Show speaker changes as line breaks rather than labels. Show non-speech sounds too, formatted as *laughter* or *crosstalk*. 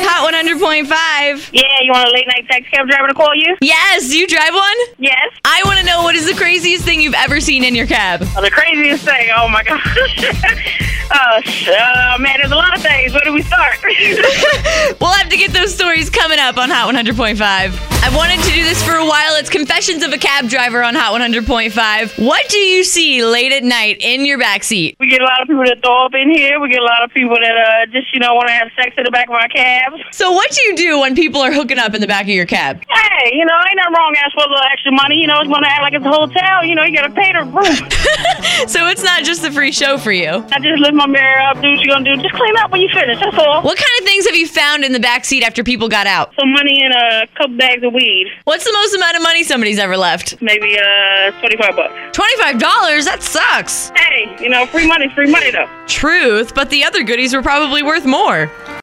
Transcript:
100.5.
Yeah, you want a late night taxi cab driver to call you?
Yes, do you drive one?
Yes. *laughs*
I want to know what is the craziest thing you've ever seen in your cab? *laughs*
Oh, the craziest thing. Oh my gosh. *laughs* oh sh- uh, man, there's a lot of things. Where do we start? *laughs*
We'll have to get those stories coming up on Hot 100.5. I've wanted to do this for a while. It's Confessions of a Cab Driver on Hot 100.5. What do you see late at night in your backseat?
we get a lot of people that throw up in here. We get a lot of people that uh, just you know want to have sex in the back of our cabs.
So, what do you do when people are hooking up in the back of your cab?
Hey, you know, ain't nothing wrong asking for a little extra money. You know, it's going to act like it's a hotel. You know, you got to pay the room.
So, it's not just a free show for you.
I just lift my mirror up, do what you going to do. Just clean up when you finish. That's all.
What kind of things have you found in the backseat after people got out?
Some money and a couple bags of weed.
What's the most amount of money somebody's ever left?
Maybe uh, 25 bucks.
$25? That sucks.
Hey, you know, free money, free money though.
Truth, but the other goodies were probably worth more.